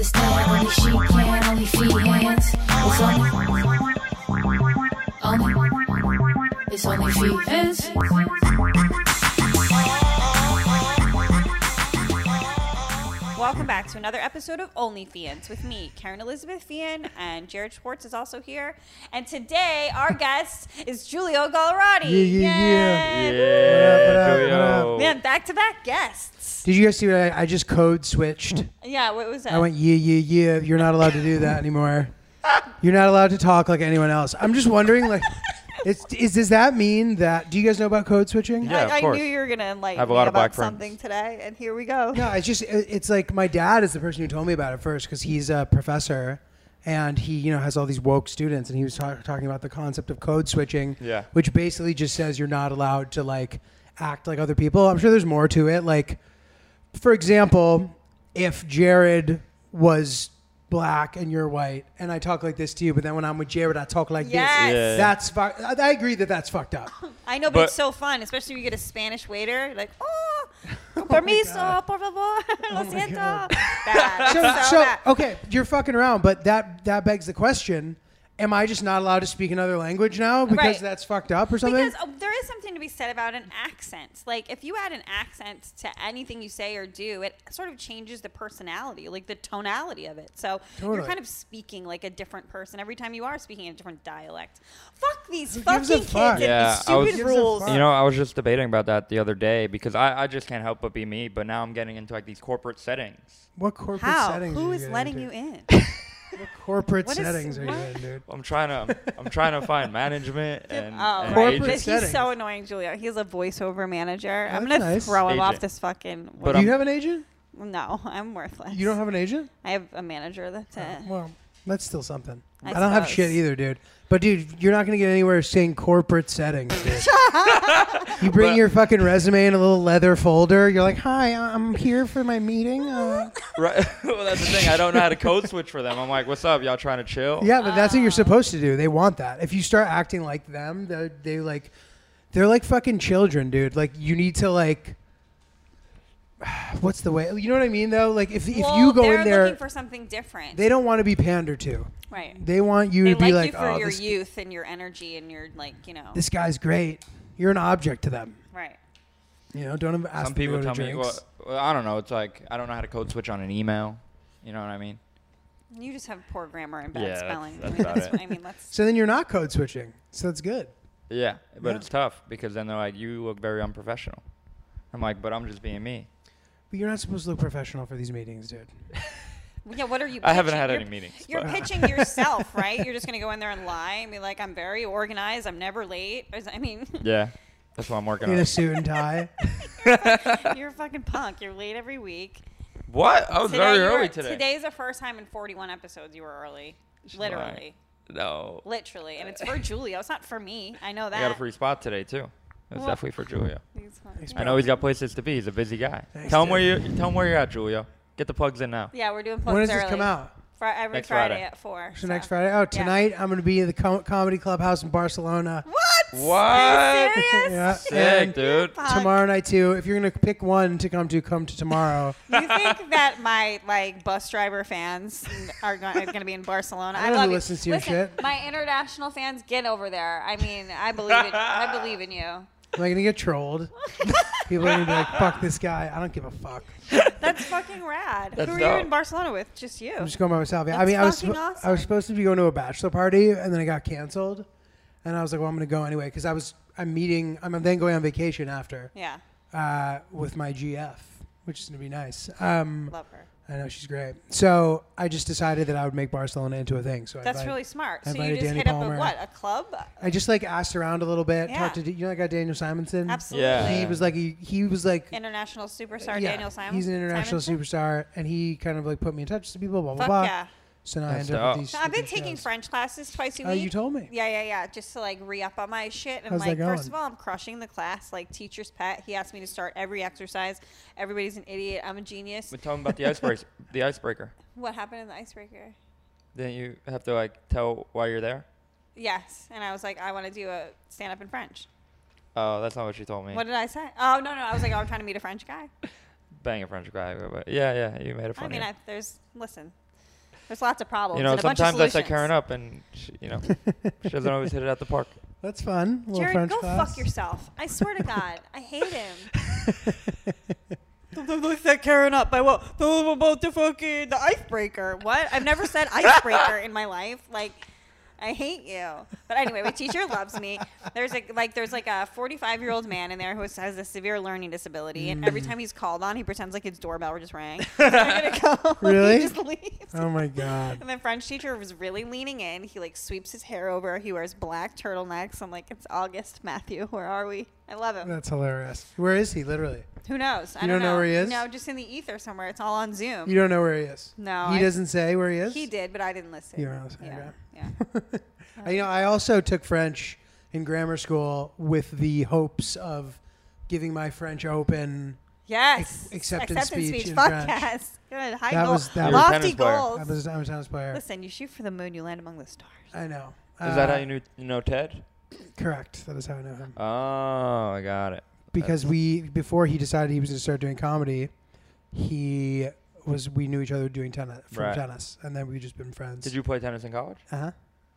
Only she can, only feet, hands. It's only, only, it's only feet, hands. Welcome back to another episode of Only Fians with me, Karen Elizabeth Fian, and Jared Schwartz is also here. And today, our guest is Julio Gallerati. Yeah, Yay. yeah, yeah. uh, up, what Yeah, up, Julio. Man, back to back guests. Did you guys see what I, I just code switched? Yeah, what was that? I went yeah yeah yeah. You're not allowed to do that anymore. You're not allowed to talk like anyone else. I'm just wondering, like, it's, is does that mean that? Do you guys know about code switching? Yeah, of I, I course. knew you were going to enlighten I have a me lot of about black friends. something today, and here we go. No, it's just it- it's like my dad is the person who told me about it first because he's a professor, and he you know has all these woke students, and he was ta- talking about the concept of code switching, Yeah. which basically just says you're not allowed to like act like other people. I'm sure there's more to it. Like, for example, if Jared was black and you're white, and I talk like this to you, but then when I'm with Jared, I talk like Yes. this. Yeah. That's fu- I I agree that that's fucked up. I know, but, But- it's so fun, especially when you get a Spanish waiter. Like, oh, con permiso, por favor, lo siento. Oh God. Bad. so, so, so bad. okay, you're fucking around, but that that begs the question: Am I just not allowed to speak another language now because Right. that's fucked up or something? Because uh, there is something to be said about an accent. Like if you add an accent to anything you say or do, it sort of changes the personality, like the tonality of it. So you're Totally. kind of speaking like a different person every time you are speaking a different dialect. Fuck these fucking gives a kids fuck? and Yeah, these I was- stupid Gives a rules. fuck? You know, I was just debating about that the other day because I, I just can't help but be me, but now I'm getting into like these corporate settings. what corporate How? settings? Who are is you letting getting you in? into? What corporate What is- settings are you what? in, dude? I'm trying to I'm trying to find management and, Oh, and right. Corporate But agents. he's settings. so annoying, Julia. He's a voiceover manager. I'm That's gonna nice. throw him off Agent. this fucking. But Do I'm- you have an agent? no, I'm worthless. You don't have an agent? I have a manager. That's it. Well, that's still something. I I, don't have suppose. shit either, dude. But dude, you're not gonna get anywhere saying corporate settings, dude. you bring But- your fucking resume in a little leather folder. You're like, "Hi, I'm here for my meeting." Uh, Right. well, that's the thing. I don't know how to code switch for them. I'm like, what's up? Y'all trying to chill? Yeah, but that's what you're supposed to do. They want that. If you start acting like them, they they like they're like fucking children, dude. Like you need to like what's the way? You know what I mean though? Like if if Well, you go they're in there, looking for something different. they don't want to be pandered to. right. They want you They to be like, like, you for "Oh, your this, youth and your energy and your like, you know. this guy's great. You're an object to them." right. You know, don't ask Some them to people go tell to me, well, drinks. well, I don't know. It's like, I don't know how to code switch on an email. You know what I mean? You just have poor grammar and bad Yeah, that's- spelling. that's I mean, about that's- it. I mean, that's so then you're not code switching. So that's good. Yeah. But Yeah. it's tough because then they're like, you look very unprofessional. I'm like, but I'm just being me. But you're not supposed to look professional for these meetings, dude. yeah. What are you? I haven't pitching? had You're- any meetings, You're but- pitching yourself, right? You're just gonna go in there and lie and be like, "I'm very organized. I'm never late." Or is- I mean, Yeah. That's what I'm working In on. a suit and tie. you're a fucking punk. You're late every week. What? I was very you were- early today. Today's the first time in 41 episodes you were early. Literally. No. Literally. And it's for Julio. It's not for me. I know that. I got a free spot today too. It was Well- definitely for Julio. He's fine. Thanks, I know he's got places to be. He's a busy guy. Thanks, tell him where you dude. tell him where you're at, Julio. Get the plugs in now. Yeah, we're doing plugs when does early. this come out? Fri- every Next Friday, Friday. at 4. So next Friday. Oh, tonight I'm going to be in the com- comedy clubhouse in Barcelona. What? What? Are you serious? Yeah. Sick, and dude. Fuck. Tomorrow night too. If you're going to pick one to come to, come to tomorrow. You think that my like bus driver fans are going to be in Barcelona? I don't know love who you. listens to your Listen, shit. My international fans, get over there. I mean, I believe in, I believe in you. Am I going to get trolled? People are going to be like, "Fuck this guy." I don't give a fuck. That's fucking rad. That's Who are you dope. in Barcelona with? Just you. I'm just going by myself. Yeah, I That's mean, I was fucking spo- awesome. I was supposed to be going to a bachelor party and then it got canceled, and I was like, "Well, I'm going to go anyway" because I was I'm meeting. I'm then going on vacation after yeah, uh, with my GF, which is going to be nice. Um, love her. I know she's great. So I just decided that I would make Barcelona into a thing. So I That's invited- really smart. I So you invited just Danny hit up Palmer. Mm. a what? A club? I just like asked around a little bit, Yeah. talked to you know that guy Daniel Simonson. Absolutely. Yeah. He was like he, he was like International superstar yeah, Daniel Simon. He's an international Simonson? superstar, and he kind of like put me in touch with some people. Blah blah Fuck blah. yeah. So now I That's end up dope. with these. So I've with been these taking shows. French classes twice a week. Oh, you told me. Yeah, yeah, yeah. Just to like re up on my shit. And How's like, that first of going? all, I'm crushing the class. Like, teacher's pet. He asked me to start every exercise. Everybody's an idiot. I'm a genius. But tell him about the icebreaker. the icebreaker. What happened in the icebreaker? Then you have to like tell why you're there. Yes. And I was like, I want to do a stand up in French. Oh, that's not what you told me. What did I say? Oh, no, no. I was like, oh, I'm trying to meet a French guy. Bang a French guy. But yeah, yeah, you made it I funny. mean, I, there's, listen. There's lots of problems. You know, and a bunch of sometimes I set solutions. Karen up, and she, you know, she doesn't always hit it at the park. That's fun. A little Jared, French go class. fuck yourself. I swear to God, I hate him. yourself. set Karen up by what? About the fucking the icebreaker. What? I've never said icebreaker in my life. Like, I hate you. But anyway, my teacher loves me. There's a like there's like a 45 year old man in there who has a severe learning disability, and Mm. every time he's called on, he pretends like his doorbell just rang. He's not gonna go. Really? he just leaves. oh my god. And the French teacher was really leaning in. He like sweeps his hair over. He wears black turtlenecks. I'm like, it's August, Matthew. Where are we? I love him. That's hilarious. Where is he? Literally, Who knows? I You don't don't know where he is? No, just in the ether somewhere. It's all on Zoom. you don't know where he is. No, he I- doesn't say where he is. He did, but I didn't listen. You were on the side, yeah. right? yeah. I- you know, I also took French in grammar school with the hopes of giving my French open. Yes. acceptance speech in Fuck French. yes. Good. High That goal. was- that was- Lofty Tennis player. goals. I was, I was a tennis player. listen, you shoot for the moon, you land among the stars. I know. Uh, Is that how you knew you know Ted? Correct. That is how I know him. Oh, I got it. because uh. we before he decided he was going to start doing comedy, he was we knew each other doing tennis from Right. tennis, and then we've just been friends. Did you play tennis in college? Uh huh.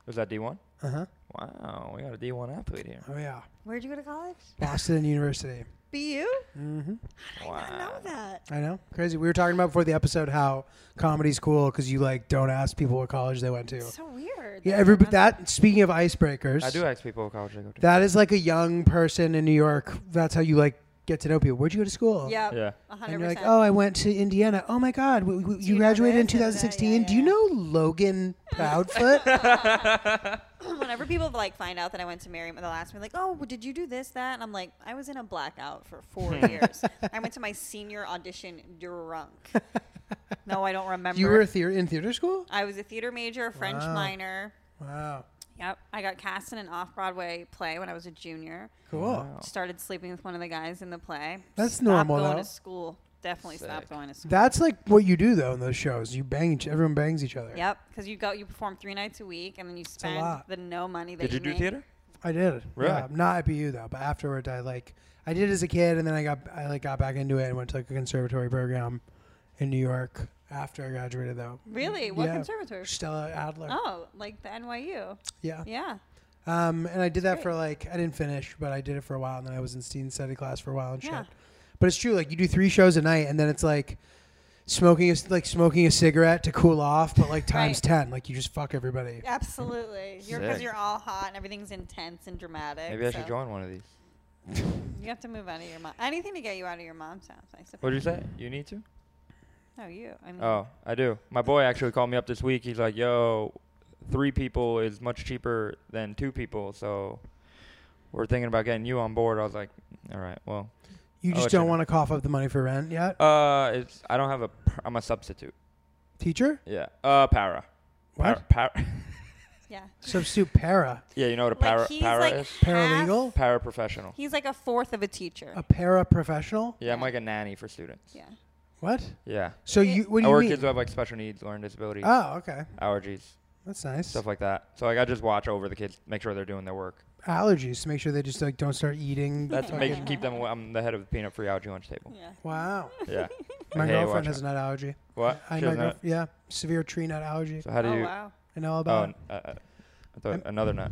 Was that D1? Uh huh. Wow, we got a D1 athlete here. Oh yeah. Where'd you go to college? Boston University. BU? Mm-hmm. I know Wow. that. I know. Crazy. We were talking about before the episode how comedy's cool because you like don't ask people what college they went to. It's so weird. Yeah. Every that speaking of icebreakers, I do ask people what college they go to. That is like a young person in New York. That's how you like get to know people. Where'd you go to school? Yep. Yeah. hundred And you're like, percent. oh, I went to Indiana. Oh my God, w- w- you, you know graduated in this and that? Yeah, 2016. Do yeah, you know Logan Proudfoot? Whenever people like find out that I went to Mary, the last one, like, oh, well, did you do this, that? And I'm like, I was in a blackout for four years. I went to my senior audition drunk. No, I don't remember. you were a theater in theater school? I was a theater major, French Wow. minor. Wow, Yep. I got cast in an off Broadway play when I was a junior. cool. Wow. Started sleeping with one of the guys in the play. Oh. That's Stopped normal, going though. to school. Definitely Sick. stopped going to school. That's like what you do though in those shows. You bang each. Everyone bangs each other. Yep, because you go, you perform three nights a week, and then you spend lot. the no money that Did you do make. theater? I did. Really? Yeah, not at BU though, but afterward, I like I did as a kid, and then I got I like got back into it and went to like a conservatory program in New York after I graduated though. Really? What Yeah. conservatory? Stella Adler. Oh, like the NYU. Yeah. Yeah. Um, and I did that Great. for like I didn't finish, but I did it for a while, and then I was in student study class for a while and Yeah. shit. But it's true, like you do three shows a night, and then it's like smoking a, like smoking a cigarette to cool off, but like times Right. ten, like you just fuck everybody. Absolutely. You're because Sick. you're all hot and everything's intense and dramatic. Maybe I should so join one of these. You have to move out of your mom. Anything to get you out of your mom's house, I suppose. What did you say? Mm-hmm. You need to? No, you. I mean, Oh, I do. My boy actually called me up this week. He's like, "Yo, three people is much cheaper than two people, so we're thinking about getting you on board." I was like, "All right, well, You I'll just let you don't know. want to cough up the money for rent yet, uh, it's I don't have a. Per- I'm a substitute. teacher. Yeah, uh, para. What Para, para yeah. substitute para? yeah, you know what a Like, para he's para like is? Paralegal? Para professional. He's like a fourth of a teacher. A para professional? Yeah, I'm like a nanny for students. yeah. What? Yeah, So Yeah. you what do I you work mean? kids who have like special needs, learning disabilities, Oh, okay, allergies, that's nice. stuff like that. So like I just watch over the kids, make sure they're doing their work. Allergies to make sure they just like don't start eating. That's fucking- make keep them. Away. I'm the head of the peanut free allergy lunch table. Yeah. Wow, Yeah. my Okay, girlfriend watch has a nut allergy. What? I She my has girl, nut? yeah, severe tree nut allergy. So how do oh, you? wow. I know all Oh, about. it. n- uh, uh, I thought another nut.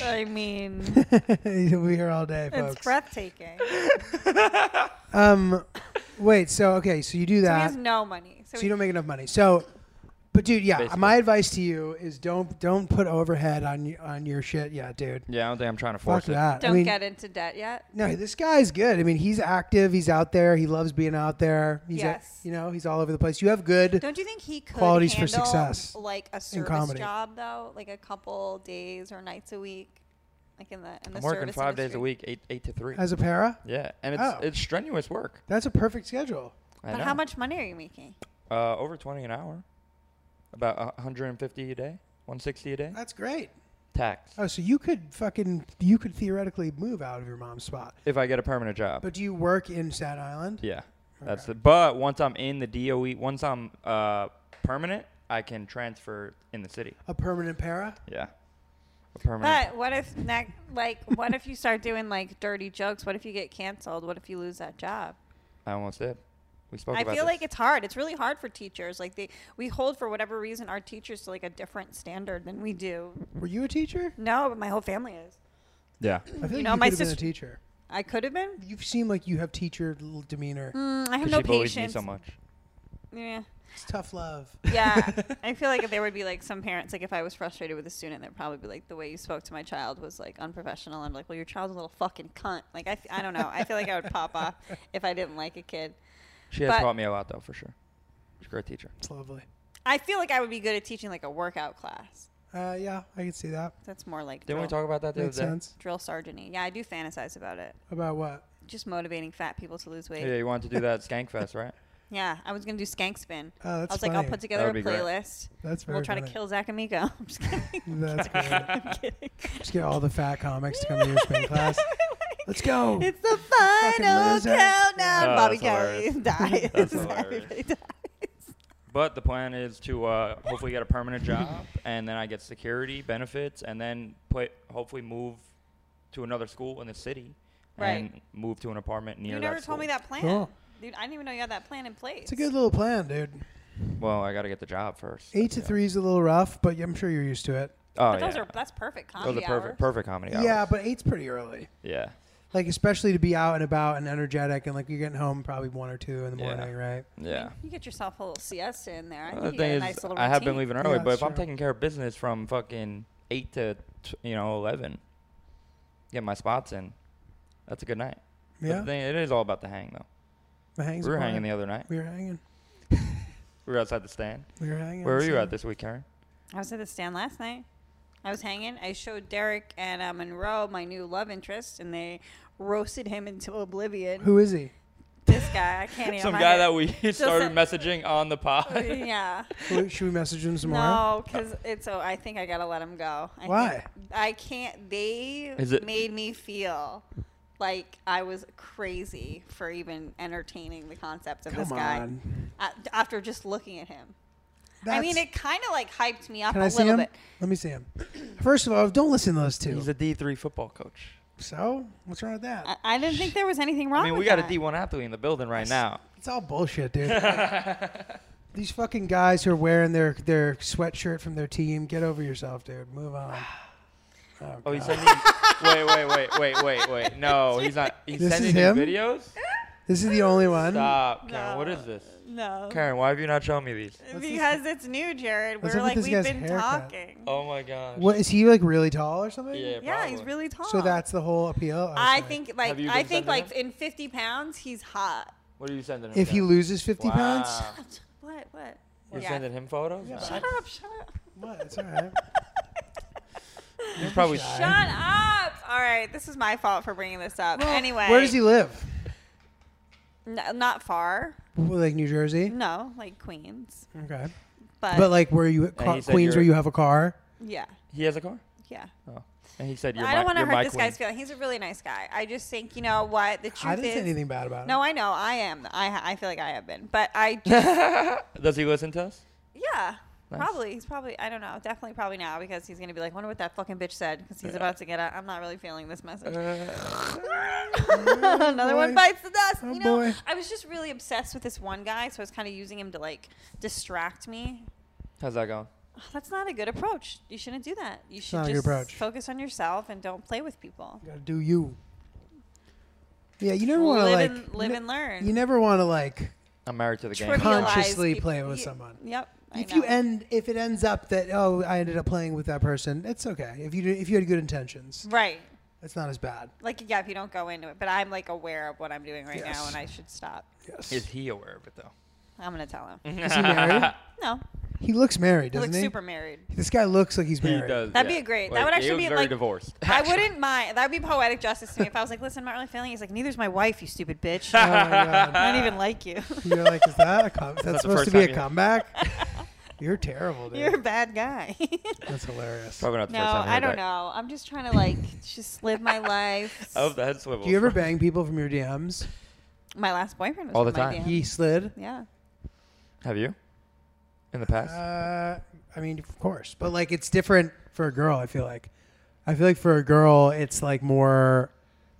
I mean, Oh, He'll be here all day, folks. it's breathtaking. So Um, wait. So okay. So you do he that. has no money. So, So you don't make enough money. So, but dude, yeah. Basically. My advice to you is don't don't put overhead on y- on your shit. Yeah, dude. Yeah, I don't think I'm trying to Fuck force it. that. don't I mean, get into debt yet. no, this guy's good. I mean, he's active. He's out there. He loves being out there. He's a- Yes. you know, he's all over the place. You have good. Don't you think he could Qualities for handle success like a service comedy. job though, like a couple days or nights a week, like in the in the I'm working service five days a industry? week, eight eight to three. As a para, Yeah, and it's Oh. it's strenuous work. that's a perfect schedule. I But know. how much money are you making? Uh, over twenty an hour. About a 150 a day, 160 a day. That's great. Tax. Oh, so you could fucking you could theoretically move out of your mom's spot. If I get a permanent job. But do you work in Staten Island? yeah, that's the. But once I'm in the DOE, once I'm uh permanent, I can transfer in the city. A permanent para? Yeah. A permanent. But what if next, like, what if you start doing like dirty jokes? What if you get canceled? What if you lose that job? I almost did. We spoke I about feel this. like it's hard. It's really hard for teachers. Like they, we hold for whatever reason our teachers to like a different standard than we do. Were you a teacher? No, but my whole family is. yeah. I feel like you, know, could my have been a sis- teacher. I could have been. You seem like you have teacher l- demeanor. Mm, I have 'Cause no she bullies me patience. so much. Yeah. It's tough love. Yeah. I feel like there would be like some parents, like if I was frustrated with a student, they'd probably be like, the way you spoke to my child was like unprofessional. I'm like, well, your child's a little fucking cunt. Like, I, f- I don't know. I feel like I would pop off if I didn't like a kid. She has But- taught me a lot though, for sure. She's a great teacher. It's lovely. I feel like I would be good at teaching like a workout class. Uh, yeah, I can see that. That's more like Didn't drill, we talk about that the Makes other day? sense. drill sergeanty. Yeah, I do fantasize about it. About what? Just motivating fat people to lose weight. Yeah, Yeah, you wanted to do that at Skankfest, right? I was gonna do skank spin. Oh, I that's was like, I'll funny. put together a would be great. playlist. That's very We'll try to funny. kill Zach and Miko. I'm just kidding. That's great. I'm kidding. Just get all the fat comics to come to your spin class. Let's go. It's the final loser. countdown. Oh, Bobby that's Kelly hilarious. dies. That's hilarious. Everybody dies. But the plan is to uh, hopefully get a permanent job, and then I get security benefits, and then play, hopefully move to another school in the city, Right. and move to an apartment near. You never that told me school. that plan. Cool. Dude, I didn't even know you had that plan in place. It's a good little plan, dude. Well, I got to get the job first. Eight to Yeah. three's a little rough, but I'm sure you're used to it. Oh But yeah. those are that's perfect Those comedy are perfect, hours. perfect comedy hours. Yeah, but eight's pretty early. yeah. Like especially to be out and about and energetic, and like you're getting home probably one or two in the Yeah. morning, right? Yeah. You get yourself a little siesta in there. I Well, think you get a nice little routine. I have been leaving early, Yeah, but if that's I'm true. taking care of business from fucking eight to t- you know eleven, get my spots in. That's a good night. But the Yeah, thing- it is all about the hang though. the hang's we were a plan. hanging the other night. We were hanging. We were outside the stand. We were hanging. Where were you so- at this week, Karen? I was at the stand last night. I was hanging. I showed Derek and uh, Monroe my new love interest, and they roasted him into oblivion. Who is he? This guy, I can't even. Some my guy head- that we started messaging on the pod. Yeah. Who- Should we message him some more? No, because it's. Oh, I think I gotta let him go. I Why? Think, I can't. They Is it- made me feel like I was crazy for even entertaining the concept of this Come guy on. A- after just looking at him. I That's- mean, it kind of like hyped me up Can a I see little him? bit. Let me see him. First of all, don't listen to those two. He's a D three football coach. so what's wrong with that? I, I didn't think there was anything wrong. I mean, we with got a that. D one athlete in the building right now. It's all bullshit, dude. These fucking guys who are wearing their, their sweatshirt from their team, get over yourself, dude. Move on. Oh, he's sending. wait, wait, wait, wait, wait, wait. No, he's not. He's This is sending you him? videos. This is the only one. Stop, Karen. What No. is this? No. Karen, why have you not shown me these? this- Because it's new, Jared. Let's We're look like at this we've guy's been haircut. talking. Oh my god. What is he like? Really tall or something? Yeah, yeah, he's probably. really tall. So that's the whole appeal. Oh, I sorry. think like Have you I been think sending like in 50 pounds he's hot. What are you sending him? if he Karen? loses fifty pounds, Wow. What? What? You're Yeah. sending him photos? Yeah, Nah. but Shut up! Shut up! what? It's all right. He's probably shy. Shut up! All right, this is my fault for bringing this up. anyway, Where does he live? N- not far. Well, Like New Jersey. No, like Queens, Okay. but, But like where you Mm-hmm. he car, said Queens, you're- where you have a car. yeah, He has a car? yeah. Oh. And he said, You're I don't want to hurt this guy's feeling. He's a really nice guy. I just think you know what the truth I didn't is. say anything bad about him. No, I know I am. I ha- I feel like I have been, but I just, Does he listen to us? yeah. Nice. Probably he's probably I don't know definitely probably now because he's gonna be like wonder what that fucking bitch said because he's about to get out. I'm not really feeling this message. Another one Oh, boy. bites the dust. Oh, you know, boy. I was just really obsessed with this one guy, so I was kind of using him to like distract me. How's that going? Ugh, That's not a good approach. You shouldn't do that. You should not a just good approach. focus on yourself and don't play with people. Gotta do you. Yeah, you never want to Live like and live you and learn. You never want to like I'm married to the game. Trivialize consciously peop- play with y- someone. Yep. I if you know. end if it ends up that oh I ended up playing with that person, it's okay. If you do, if you had good intentions, right, it's not as bad. like yeah, if you don't go into it, but I'm like aware of what I'm doing right now, Yes. and I should stop. Yes. Is he aware of it, though? I'm gonna tell him. Is he married? No, He looks married, he Mm-hmm. doesn't looks he? super married. This guy looks like he's He married. does. That'd be yeah. a great- that Like, would he actually looks be, very like- divorced. I wouldn't mind. That would be poetic justice to me if I was like, listen, I'm not really feeling. it." He's like, neither's my wife, you stupid bitch. Oh my god. I don't even like you. You're like, is that a com- the that's supposed to first be time a you- comeback? You're terrible, dude. You're a bad guy. That's hilarious. Probably not the no, first time he I heard don't that. know. I'm just trying to like just live my life. I love the head swivel. Do you ever bang people from your DMs? My last boyfriend was All from the my time. DM. He slid. yeah. Have you? In the past? Uh, I mean, of course, but like it's different for a girl. I feel like, I feel like for a girl, it's like more.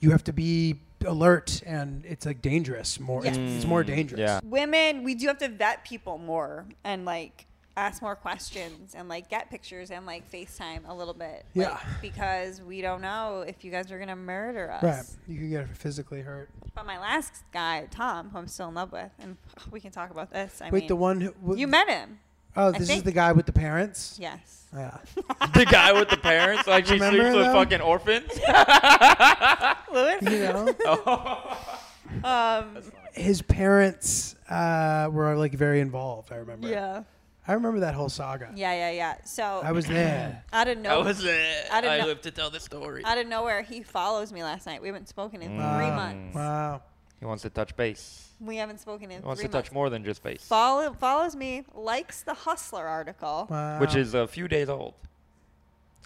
You have to be alert and it's like dangerous more. It's, Yes. it's more dangerous. Mm, Yeah. women we do have to vet people more and like ask more questions and like get pictures and like facetime a little bit like, Yeah. because we don't know if you guys are gonna murder us Right. You can get physically hurt. but my last guy tom who i'm still in love with and ugh, we can talk about this i Wait, mean the one who. w- you met him Oh, I this is think- the guy with the parents? yes Yeah. the guy with the parents, like she sleeps Remember with them? fucking orphans. Louis? You know? Oh. um His parents uh, were like very involved, I remember. yeah I remember that whole saga. yeah yeah yeah so I was there. out of nowhere I was there. I didn't I know- lived to tell the story. out of nowhere he follows me last night we haven't spoken in three Wow. months Mm. Wow. He wants to touch base. we haven't spoken in He wants three to months touch more than just base, Follow, follows me, likes the Hustler article. Wow. which is a few days old.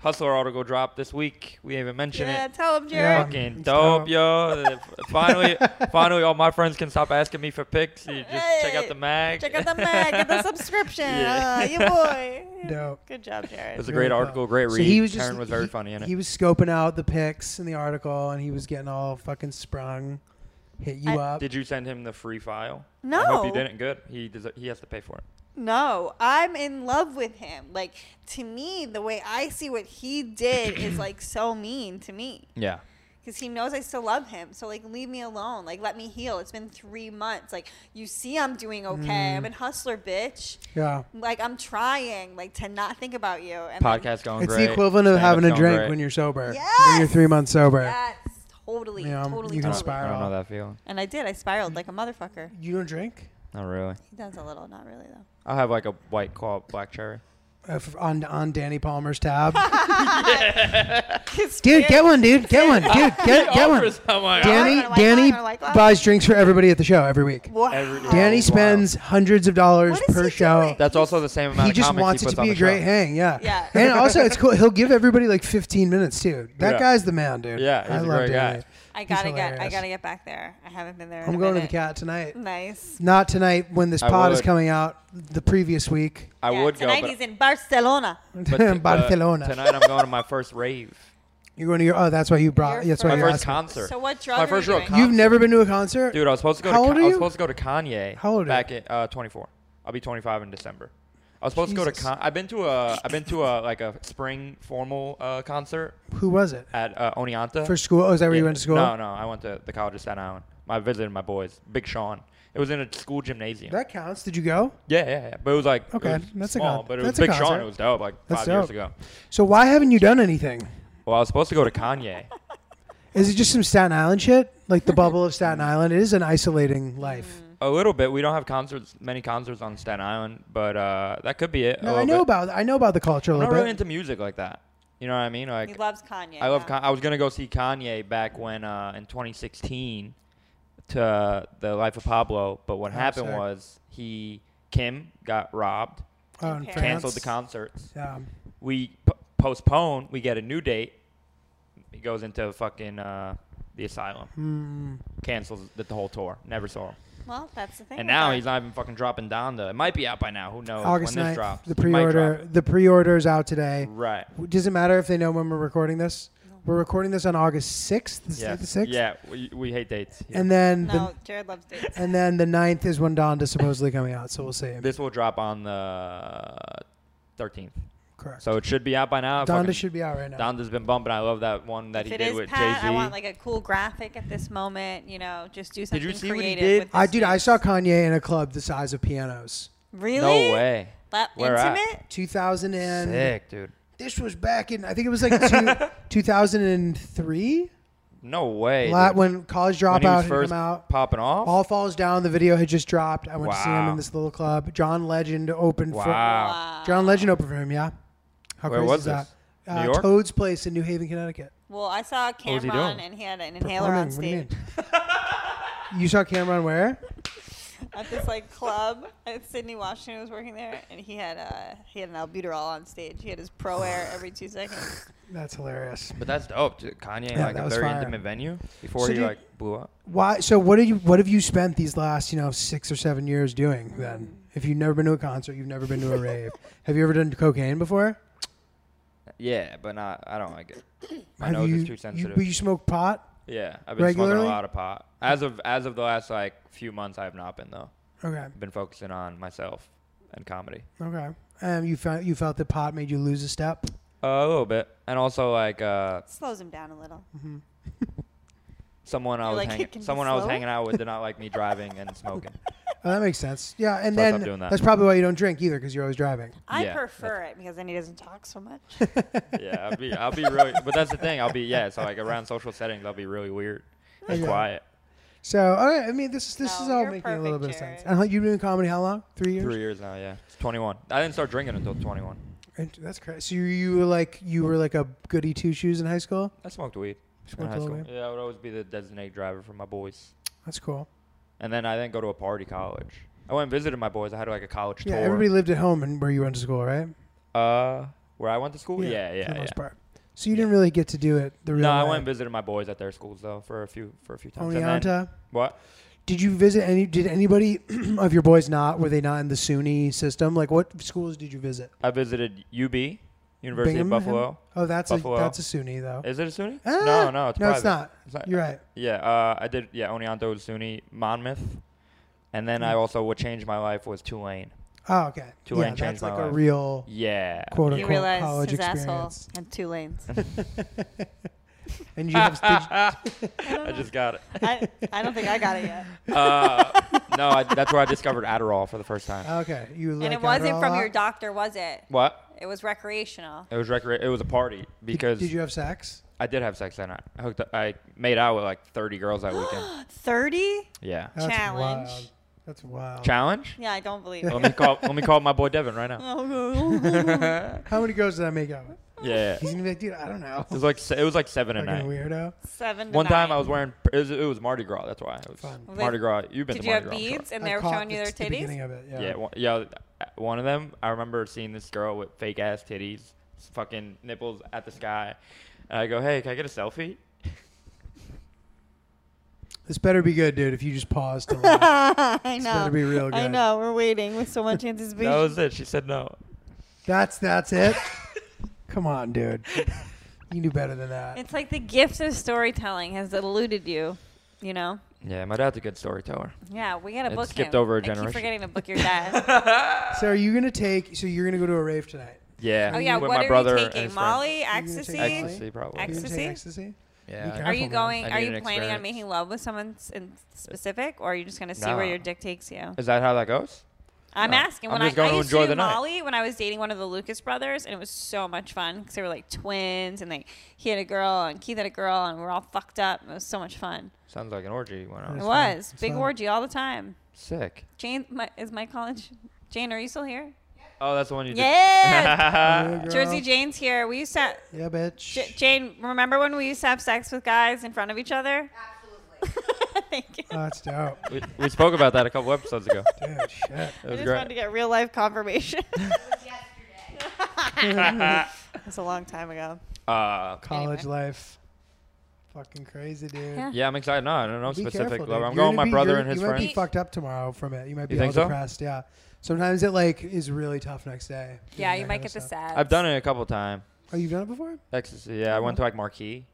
Hustler article dropped this week. We haven't mentioned Yeah, it. tell him, Yeah. Jared. Fucking It's dope. dope, yo. finally, finally, all my friends can stop asking me for pics. You just check out Hey, the mag. Check out the mag, get the subscription. Yeah. Uh, you boy. Dope. Good job, It Jared. was a great Really article, dope. great read. So he was just Karen was very he- funny in it. He was scoping out the pics in the article, and he was getting all fucking sprung. Hit you I- up. Did you send him the free file? I hope No. you didn't. Good. He deser- he has to pay for it. No, I'm in love with him. Like to me, the way I see what he did is like so mean to me Yeah. because he knows I still love him. So like, leave me alone. Like, let me heal. It's been three months. Like, you see, I'm doing okay. Mm. I'm in hustler, bitch. yeah. Like, I'm trying like to not think about you. And then- Podcast going It's great. the equivalent of having stand-up's a going drink great. when you're sober. When you're Yes! three months sober. Yes, totally, Yeah, totally, you totally. can aspire. I don't spiral. Mm. know that feeling. And I did. I spiraled like a motherfucker. You don't drink Not really. He does a little, not really though. I'll have like a white claw black cherry. uh, f- on on Danny Palmer's tab. His dude, spirit- get one, dude. Get one, dude. Get get one. oh I Danny want a white Danny one, I want a white one. buys drinks for everybody at the show every week. Wow. Every- Danny Wow. spends hundreds of dollars What is per he show. doing? That's also the same amount He of just comics wants he it puts to on be a the great show. hang, yeah. Yeah. And also, it's cool. He'll give everybody like 15 minutes too. That Yeah. guy's the man, dude. Yeah, I he's a love great Danny. guy. I He's gotta get. I hilarious. gotta get back there. I haven't been there. in I'm a going to the minute. cat tonight. Nice. Not tonight when this I pod is would. coming out. The previous week, I Yeah, would tonight go, he's in Barcelona. in but, but t- Barcelona. Uh, tonight I'm going to my first rave, you're going to your. Oh, that's why you brought. Your That's why my you first asked. me. concert. So what drug my are first you real doing? concert. You've never been to a concert, Dude, I was supposed to go. How to old Ka- are I you? was supposed to go to Kanye. How old are Back at uh, 24. I'll be 25 in December. I was supposed to go to. Jesus. Con- I've been to a. I've been to a like a spring formal uh, concert Who was it? at uh, Oneonta. For school? Oh, is that where you Yeah. went to school? No, no, I went to the college of Staten Island. I visited my boys, Big Sean. It was in a school gymnasium. That counts. Did you go? yeah, yeah, yeah. But it was like Okay, it was that's a small, con- but it was that's a Big Sean. concert. It was dope, like That's five dope. years ago. So why haven't you done anything? Well, I was supposed to go to Kanye. Is it just some Staten Island shit? Like the bubble of Staten Island? It is an isolating life. a little bit. We don't have concerts, many concerts on Staten Island, but uh, that could be it. a No, I little know bit. about I know about the culture a I'm not little really bit. into music like that. You know what I mean? Like He loves Kanye. I love. yeah. Con- I was gonna go see Kanye back when uh, in 2016 to uh, the Life of Pablo, but what Oh, happened sick. was he Kim got robbed, Oh, in Paris. France. canceled the concerts. Yeah. We p- postpone. We get a new date. He goes into fucking uh, the asylum. Hmm. Cancels the, the whole tour. Never saw him. Well, that's the thing. And with now that. he's not even fucking dropping Donda. It might be out by now. Who knows? August Oh, when this 9th, drops. the It might drop. pre-order. The pre-order is out today. Right. Does it matter if they know when we're recording this? We're recording this on August sixth. Is Yeah. it the sixth? Yeah. We, we hate dates. And then No, Jared loves dates. the and then the 9th is when Donda's supposedly coming out. So we'll see. This will drop on the 13th. Correct. So it should be out by now. Fucking- Donda should be out right now. Donda's been bumping. I love that one that if he it did is with Jay Pat, I want Z. like a cool graphic at this moment. You know, just do something you see what he creative. did? With I this dude, I news. saw Kanye in a club the size of pianos. Really? No way. That Where at? intimate? 2000 and Sick, dude. this was back in I think it was like two, 2003. No way. La- dude. when College When he was Dropout had first come out. popping off. All Falls Down, the video had just dropped. I went to see him Wow. in this little club. John Legend opened Wow. Wow. for John Legend opened for him. Yeah, how Where crazy was is that? this? Uh, New York? Toad's Place in New Haven, Connecticut. Well, I saw was he Cameron doing? and he had an inhaler Performing. on stage What do you mean? you saw Cameron where? at this like club. And Sydney Washington was working there, and he had uh, he had an albuterol on stage. He had his pro air every two seconds. That's hilarious. but that's dope. Dude. Kanye in Yeah, like that a was very fire. intimate venue before So he dude- like blew up. Why? So what did you? What have you spent these last you know six or seven years doing then? If you've never been to a concert, you've never been to a rave. Have you ever done cocaine before? Yeah, but not. I don't like it. My have nose you, is too you- sensitive. but you smoke pot? Yeah, I've been Regularly? smoking a lot of pot. As of as of the last like few months, I have not been though. Okay. I've been focusing on myself and comedy Okay. Um, you felt you felt that pot made you lose a step. uh, a little bit, and also like uh, Slows him down a little. someone I You're was like, hanging "It can be someone I was slow." hanging out with did not like me driving and smoking. Oh, that makes sense. Yeah, and So I then stopped doing that. that's probably why you don't drink either because you're always driving. I Yeah, prefer it because then he doesn't talk so much. Yeah, I'll be I'll be really, but that's the thing. I'll be yeah. So like around social settings, I'll be really weird and Yeah. quiet. So all right, I mean, this is this No, is all you're making a little bit perfect, of sense. Jared. And how, you've been doing comedy how long? Three years. Three years now, yeah. It's 21. I didn't start drinking until 21. And that's crazy. So you, you were like you were like a goody two shoes in high school. I smoked weed in Smoked high all school. the Yeah, I would always be the designated driver for my boys. That's cool. And then I didn't go to a party college. I went and visited my boys. I had like a college Yeah, tour. everybody lived at home and where you went to school, right? uh, where I went to school? Yeah, For the yeah, yeah. most part. So you didn't really get to do it the real No, I way. went and visited my boys at their schools though for a few for a few times. And then, Oneonta. what? Did you visit any? Did anybody of your boys not? Were they not in the SUNY system? Like, what schools did you visit? I visited UB, University Binghamton? of Buffalo. Oh, that's Buffalo. a that's a SUNY though. Is it a SUNY? Ah, no, no, it's no, private. it's not. It's not- You're right. Yeah, uh, I did. Yeah, Oneonta was SUNY, Monmouth, and then Mm. I also what changed my life was Tulane. Oh, okay. Tulane yeah, changed that's like my a life. real Yeah. quote you unquote realize college his asshole experience. had two lanes. And you have did you- I just got it. I, I don't think I got it yet. Uh, no, I, that's where I discovered Adderall for the first time. okay, you like and it wasn't Adderall from a your lot? doctor, was it? What? It was recreational. It was recre- It was a party Did- because did you have sex? I did have sex that night. I hooked. Up, I made out with like 30 girls that weekend. 30? Yeah. That's Challenge. Wild. That's wild. Challenge? Yeah, Oh. I don't believe let it. me call. Let me call my boy Devin right now. How many girls did I make out with? Yeah. He's gonna be like, dude, I don't know. It was like se- it was like seven a Fucking night. weirdo. Seven to One time nine. I was wearing it was, it was Mardi Gras. That's why it was Fun. Well, they- Mardi Gras. You've been Did to you have Mardi Gras. I'm sure. beads and I they were caught showing you the- their the beginning titties? of it, Yeah, one, yeah. One of them, I remember seeing this girl with fake ass titties, s- fucking nipples at the sky, and I go, "Hey, can I get a selfie?" This better be good, dude. If you just pause to laugh. I It's better be real good. We're waiting with so much anticipation. That was it. She said no. That's that's it. Come on, dude. You can do better than that. it's like the gift of storytelling has eluded you, you know? Yeah, my dad's a good storyteller. Yeah, we got to It book skipped him. over I a generation. keep forgetting to book your dad. Oh, uh, So are you gonna take? So you're gonna go to a rave tonight? Yeah. oh, yeah, with what my are brother you and his taking? friend. Molly? gonna take Ecstasy? Molly? Ecstasy, probably. Are you gonna take Ecstasy? ecstasy? Yeah. Okay. Are you Careful, man. going? I Are need you an planning on experience. making love with someone s- in specific, or are you just gonna see where No. your dick takes you? Is that how that goes? I'm No. asking. I'm When just I, gonna I used enjoy to the do night. Molly when I was dating one of the Lucas brothers, and it was so much fun because they were like twins, and like he had a girl and Keith had a girl, and we were all fucked up. It was so much fun. Sounds like an orgy went on. It's it fun. was It's big fun. orgy all the time. Sick. Jane my, is my college. Jane, are you still here? Oh, that's the one you Yeah, Yeah, girl. Uh, Jersey Jane's here. We used to. ha- Yeah, bitch. J- Jane, remember when we used to have sex with guys in front of each other? Absolutely. Thank you. Oh, that's dope. did. We, we spoke about that a couple episodes ago. Dude, shit. It I was just wanted to great. get real life confirmation. It's a long time ago. Uh, College Anyway. life. Fucking crazy, dude. Yeah. yeah, I'm excited. No, I don't know Be specific. careful, dude. level. I'm You're going gonna with my be- brother you're- and his you friends. might be fucked up tomorrow from it. You might be You all think so? depressed. Yeah. Sometimes it like is really tough next day. doing Yeah, that you kind might of get the stuff. sad. I've done it a couple times. Oh, you've done it before? Ecstasy. Yeah, I went to like Marquee,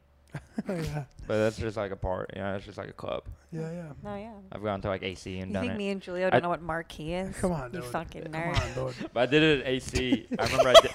Oh, yeah. but that's just like a part. You know, it's just like a club. Yeah, yeah. No, Oh, yeah. I've gone to like AC and You done think it. me and Julio I- don't know what marquee is? Come on, you dude. fucking Come nerd. on, dude. But I did it at AC. I remember I did,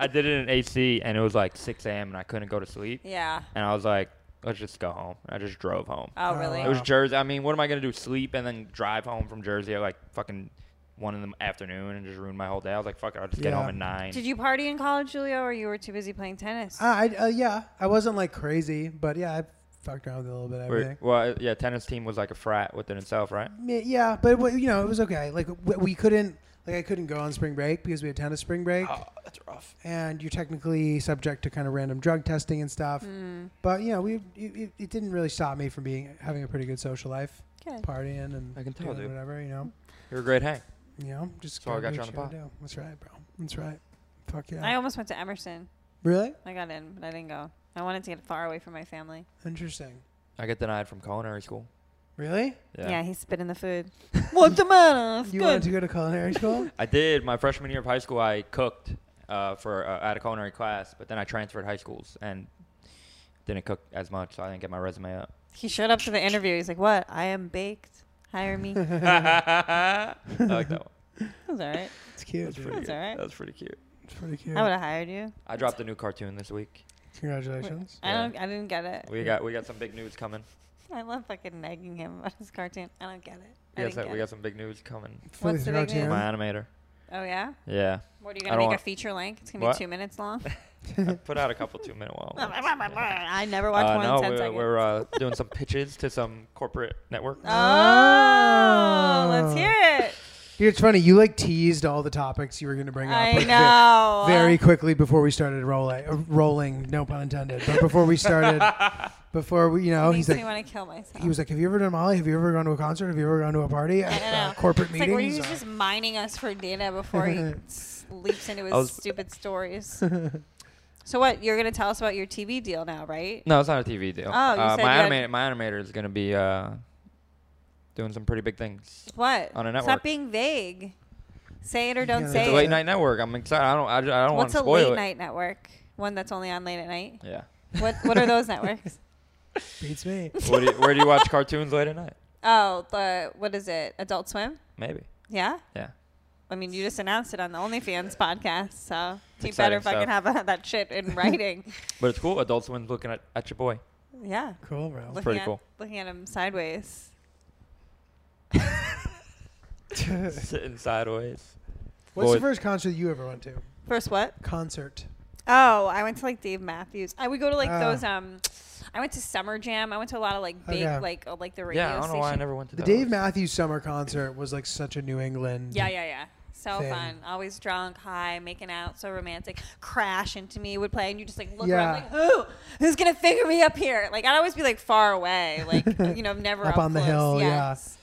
I did it in AC and it was like 6 a.m. and I couldn't go to sleep. yeah. And I was like, let's just go home. And I just drove home. Oh, Oh, really? It was Wow. Jersey. I mean, what am I going to do? Sleep and then drive home from Jersey at like fucking 1 in the afternoon and just ruin my whole day? I was like, fuck it. I'll just get Yeah. home at 9. Did you party in college, Julio, or you were too busy playing tennis? Uh, I, uh, yeah, I wasn't like crazy, but yeah, I fucked around with it a little bit. Wait, Everything. well, uh, yeah, tennis team was like a frat within itself, right? Mm-hmm. Me- Yeah, but it wa- you know, it was okay. Like w- we couldn't, like I couldn't go on spring break because we had tennis spring break, Ah, that's rough. and you're technically subject to kind of random drug testing and stuff. Hmm. But you know, we it, it, it didn't really stop me from being having a pretty good social life, Good. partying and I can tell, doing dude. whatever. You know, You're a great hang. you know, just So I gotta got do you what on the gotta do. That's right, bro. That's right. Fuck yeah. I almost went to Emerson. really I got in, but I didn't go. I wanted to get far away from my family. interesting. I get denied from culinary school. Really, Yeah, he spit in the food. What's the matter? It's you good. wanted to go to culinary school? I did my freshman year of high school. I cooked uh, for uh, at a culinary class, but then I transferred high schools and didn't cook as much, so I didn't get my resume up. He showed up to the interview. He's like, "What? I am baked. Hire me." That I like that one. was all right. It's cute. That's dude. pretty That's good. all right. That was pretty cute. It's pretty cute. I would have hired you. I dropped a new cartoon this week. Congratulations. I don't. I didn't get it. We got we got some big news coming. I love fucking nagging him about his cartoon. I don't get it. I We got, didn't some, get we it. got some big news coming Fully What's the thrown big name? from in. my animator. Oh yeah. Yeah, What are you gonna I don't make a want- feature length? It's gonna What? be two minutes long. I put out a couple two minute ones. I never watched Uh, one no, in ten we're, seconds. we're uh, doing some pitches to some corporate network. oh, let's hear it. Dude, it's funny. You like teased all the topics you were going to bring up. I like, ve- know. Very quickly before we started rolling, uh, rolling, no pun intended. But before we started, before we, you know, Makes Oh, he's me like, want to kill myself. he was like, "Have you ever done Molly? Have you ever gone to a concert? Have you ever gone to a party at I know. uh, corporate It's like, were meetings?" you Uh, just mining us for data before he s- leaps into his I was- stupid stories? so what? You're gonna tell us about your TV deal now, right? No, it's not a TV deal. Oh, you uh, said my you had- animator, my animator is gonna be uh, doing some pretty big things. What? On a Stop network. being vague. Say it or don't Yeah. It's say a it. late night network. I'm excited. I don't. I, ju- I don't want What's to a spoil late it. night network? One that's only on late at night. Yeah. What What are those networks? Beats me. What do you, where do you watch cartoons late at night? Oh, the what is it? Adult Swim. Maybe. Yeah. Yeah. I mean, you just announced it on the OnlyFans podcast, so you Exciting better fucking stuff. have uh that shit in writing. But it's cool. Adults when looking at, at your boy. yeah. Cool, bro. Looking pretty at, cool. Looking at him sideways. Sitting sideways. What's the Boy. first concert you ever went to? First, what? Concert. Oh, I went to like Dave Matthews. I would go to like Ah. those. Um, I went to Summer Jam. I went to a lot of like big, Okay. like uh, like the radio Yeah, I don't know station. why I never went to The that Dave one. Matthews summer concert was like such a New England. yeah, yeah, yeah. So Thing. fun. Always drunk, high, making out, so romantic. Crash into me would play, and you just like look Yeah. around, like who? Who's gonna figure me up here? Like I'd always be like far away, like you know, never Up up, on the close. hill, yeah. Yes.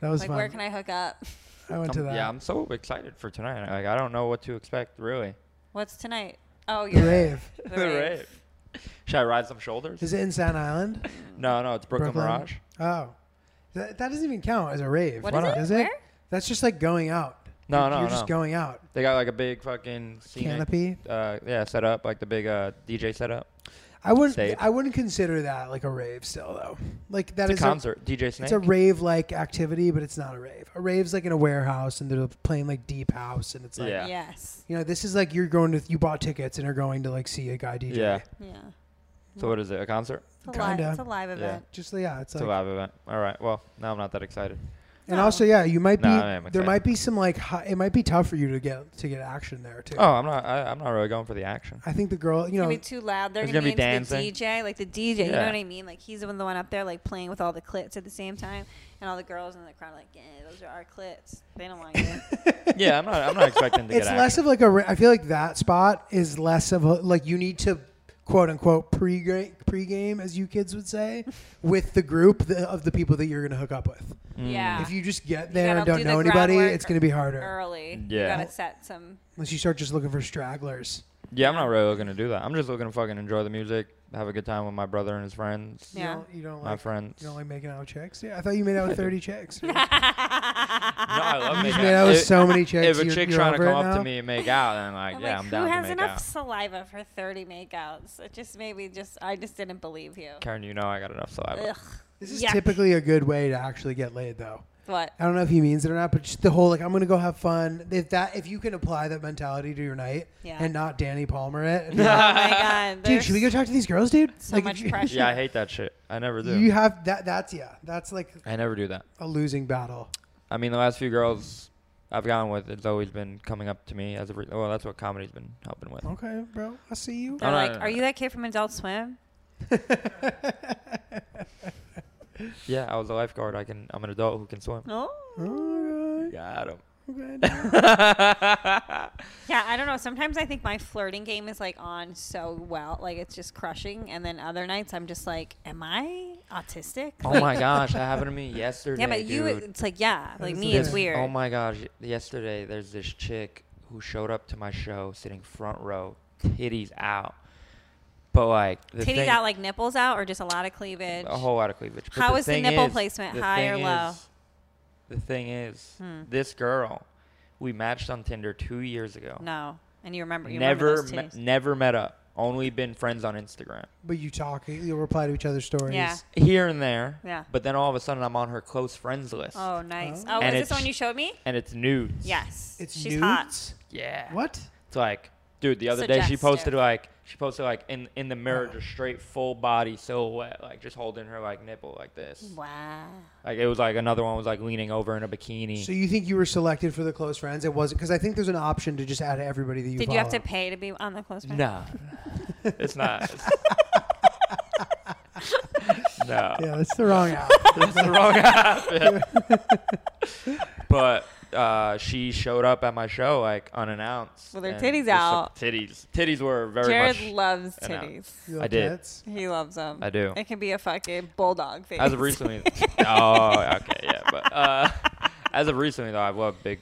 that was Like fun. where can I hook up? I went to I'm- that. Yeah, I'm so excited for tonight. Like I don't know what to expect really. What's tonight? Oh, the you're rave. The The rave. rave. Should I ride some shoulders? Is it in Staten Island? No, no, it's Brooklyn, Brooklyn? Mirage. Oh, that, that doesn't even count as a rave. What Why is not? it? Is Where? That's just like going out. No, Like, no, You're just no. going out. They got like a big fucking scenic, Canopy. Uh, yeah, set up like the big uh, DJ setup. I wouldn't. Save. I wouldn't consider that like a rave still though. Like that It's is a concert. DJ Snake. it's a rave like activity, but it's not a rave. A rave's like in a warehouse and they're playing like deep house and it's like Yeah. Yes. you know this is like you're going to you bought tickets and are going to like see a guy DJ. yeah. Yeah. So what is it? A concert? It's a, live, Kinda. it's a live event. Just yeah, it's It's a like live event. All right. Well, now I'm not that excited. and No. also yeah, you might be No, I am there excited. might be some like hi, it might be tough for you to get to get action there too. Oh, I'm not. I, I'm not really going for the action. I think the girl, you It's know, gonna be too loud. They're There's gonna, gonna be, be into the DJ, like the DJ. You know Yeah. what I mean? Like he's the one, the one up there, like playing with all the clits at the same time, and all the girls in the crowd, are like, yeah, those are our clits. They don't want you. yeah, I'm not. I'm not expecting to it's get less action. of like a ra- I feel like that spot is less of a like you need to quote unquote pre pre-game as you kids would say with the group th of the people that you're going to hook up with. Mm. yeah. If you just get You there gotta and don't do know the anybody, groundwork it's going to be harder. early. Yeah. You gotta set some. Unless you start just looking for stragglers. yeah, I'm not really looking to do that. I'm just looking to fucking enjoy the music, have a good time with my brother and his friends, You Yeah. don't- You don't, my like friends. you don't like making out with chicks. Yeah, I thought you made out with 30 chicks. dude. no, I love You making made out. out with If- so many chicks. if a you're- chick you're trying to over come it up now? to me and make out, then I'm like, I'm yeah, like, I'm who down has to make enough out. saliva for 30 makeouts? It just maybe just I just didn't believe you. Karen, you know I got enough saliva. Ugh. This is Yuck. typically a good way to actually get laid though. What? I don't know if he means it or not, but just the whole like I'm gonna go have fun. If that if you can apply that mentality to your night Yeah. and not Danny Palmer it, and be oh my like, god. dude, should we go there's talk to these girls, dude? So Like, if much you, pressure. Yeah, I hate that shit. I never do. You have that. That's yeah. That's like I never do that. a losing battle. I mean, the last few girls I've gone with, it's always been coming up to me as a re- well. That's what comedy's been helping with. Okay, bro. I see you. They're Oh, no, like, no, no, are no. you that kid from Adult Swim? Yeah, I was a lifeguard. I can. I'm an adult who can swim. No. Alright, Got him. okay, dude. Yeah, I don't know. Sometimes I think my flirting game is like on so well, like it's just crushing. And then other nights I'm just like, am I autistic? Oh Like- my gosh, that happened to me yesterday. Yeah, but you, dude. it's like, yeah, like is me, the it's best. weird. Oh my gosh, y- yesterday there's this chick who showed up to my show sitting front row, titties out. But like the Titties thing, out, like nipples out, or just a lot of cleavage. a whole lot of cleavage. But How the is the thing nipple is- placement, the high or thing low? Hmm. is- the thing is, this girl, we matched on Tinder two years ago. no, and you remember you never, remember those me- titties. never met up. Only been friends on Instagram. But you talk, you reply to each other's stories. Yeah. Here and there. Yeah. But then all of a sudden I'm on her close friends list. Oh, nice. Oh, And is it's- this the one you showed me? And it's nudes. Yes. It's She's nudes? hot. Yeah. What? It's like, dude, the other day she Suggestive. posted like she posted like in in the mirror Oh. just straight full body silhouette, like just holding her like nipple like this. Wow. Like it was like another one was like leaning over in a bikini. So you think you were selected for the close friends? It wasn't because I think there's an option to just add everybody that you. Did you have follow. to pay to be on the close friend? no. it's not. no. Yeah, that's the wrong app. That's the wrong outfit. but uh, she showed up at my show like unannounced. With her and titties just some out. Titties. Titties were very Jared much. loves I know. titties. You like I did. cats? He loves them. I do. It can be a fucking bulldog face. as of recently. oh, okay, yeah. But uh, as of recently though, I love big,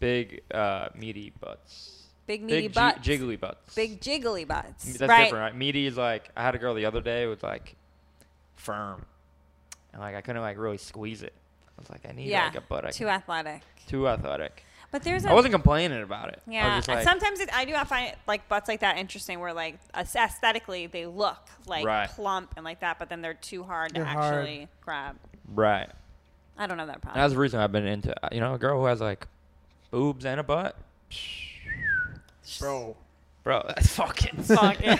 big, uh, meaty butts. big meaty big butts. Gi- jiggly butts. big jiggly butts. That's right. different, right? Meaty is like I had a girl the other day with like firm, and like I couldn't like really squeeze it. I was like, I need Yeah. like a butt. I too can- athletic. too athletic. But there's a I wasn't complaining about it. I Yeah, was just and like, sometimes it, I do. I find like butts like that interesting, where like aesthetically they look like Right. plump and like that, but then they're too hard They're to hard. actually grab. right. I don't know that And problem. that's the reason I've been into you know a girl who has like boobs and a butt. Bro, Bro, that's fucking. Fuck it.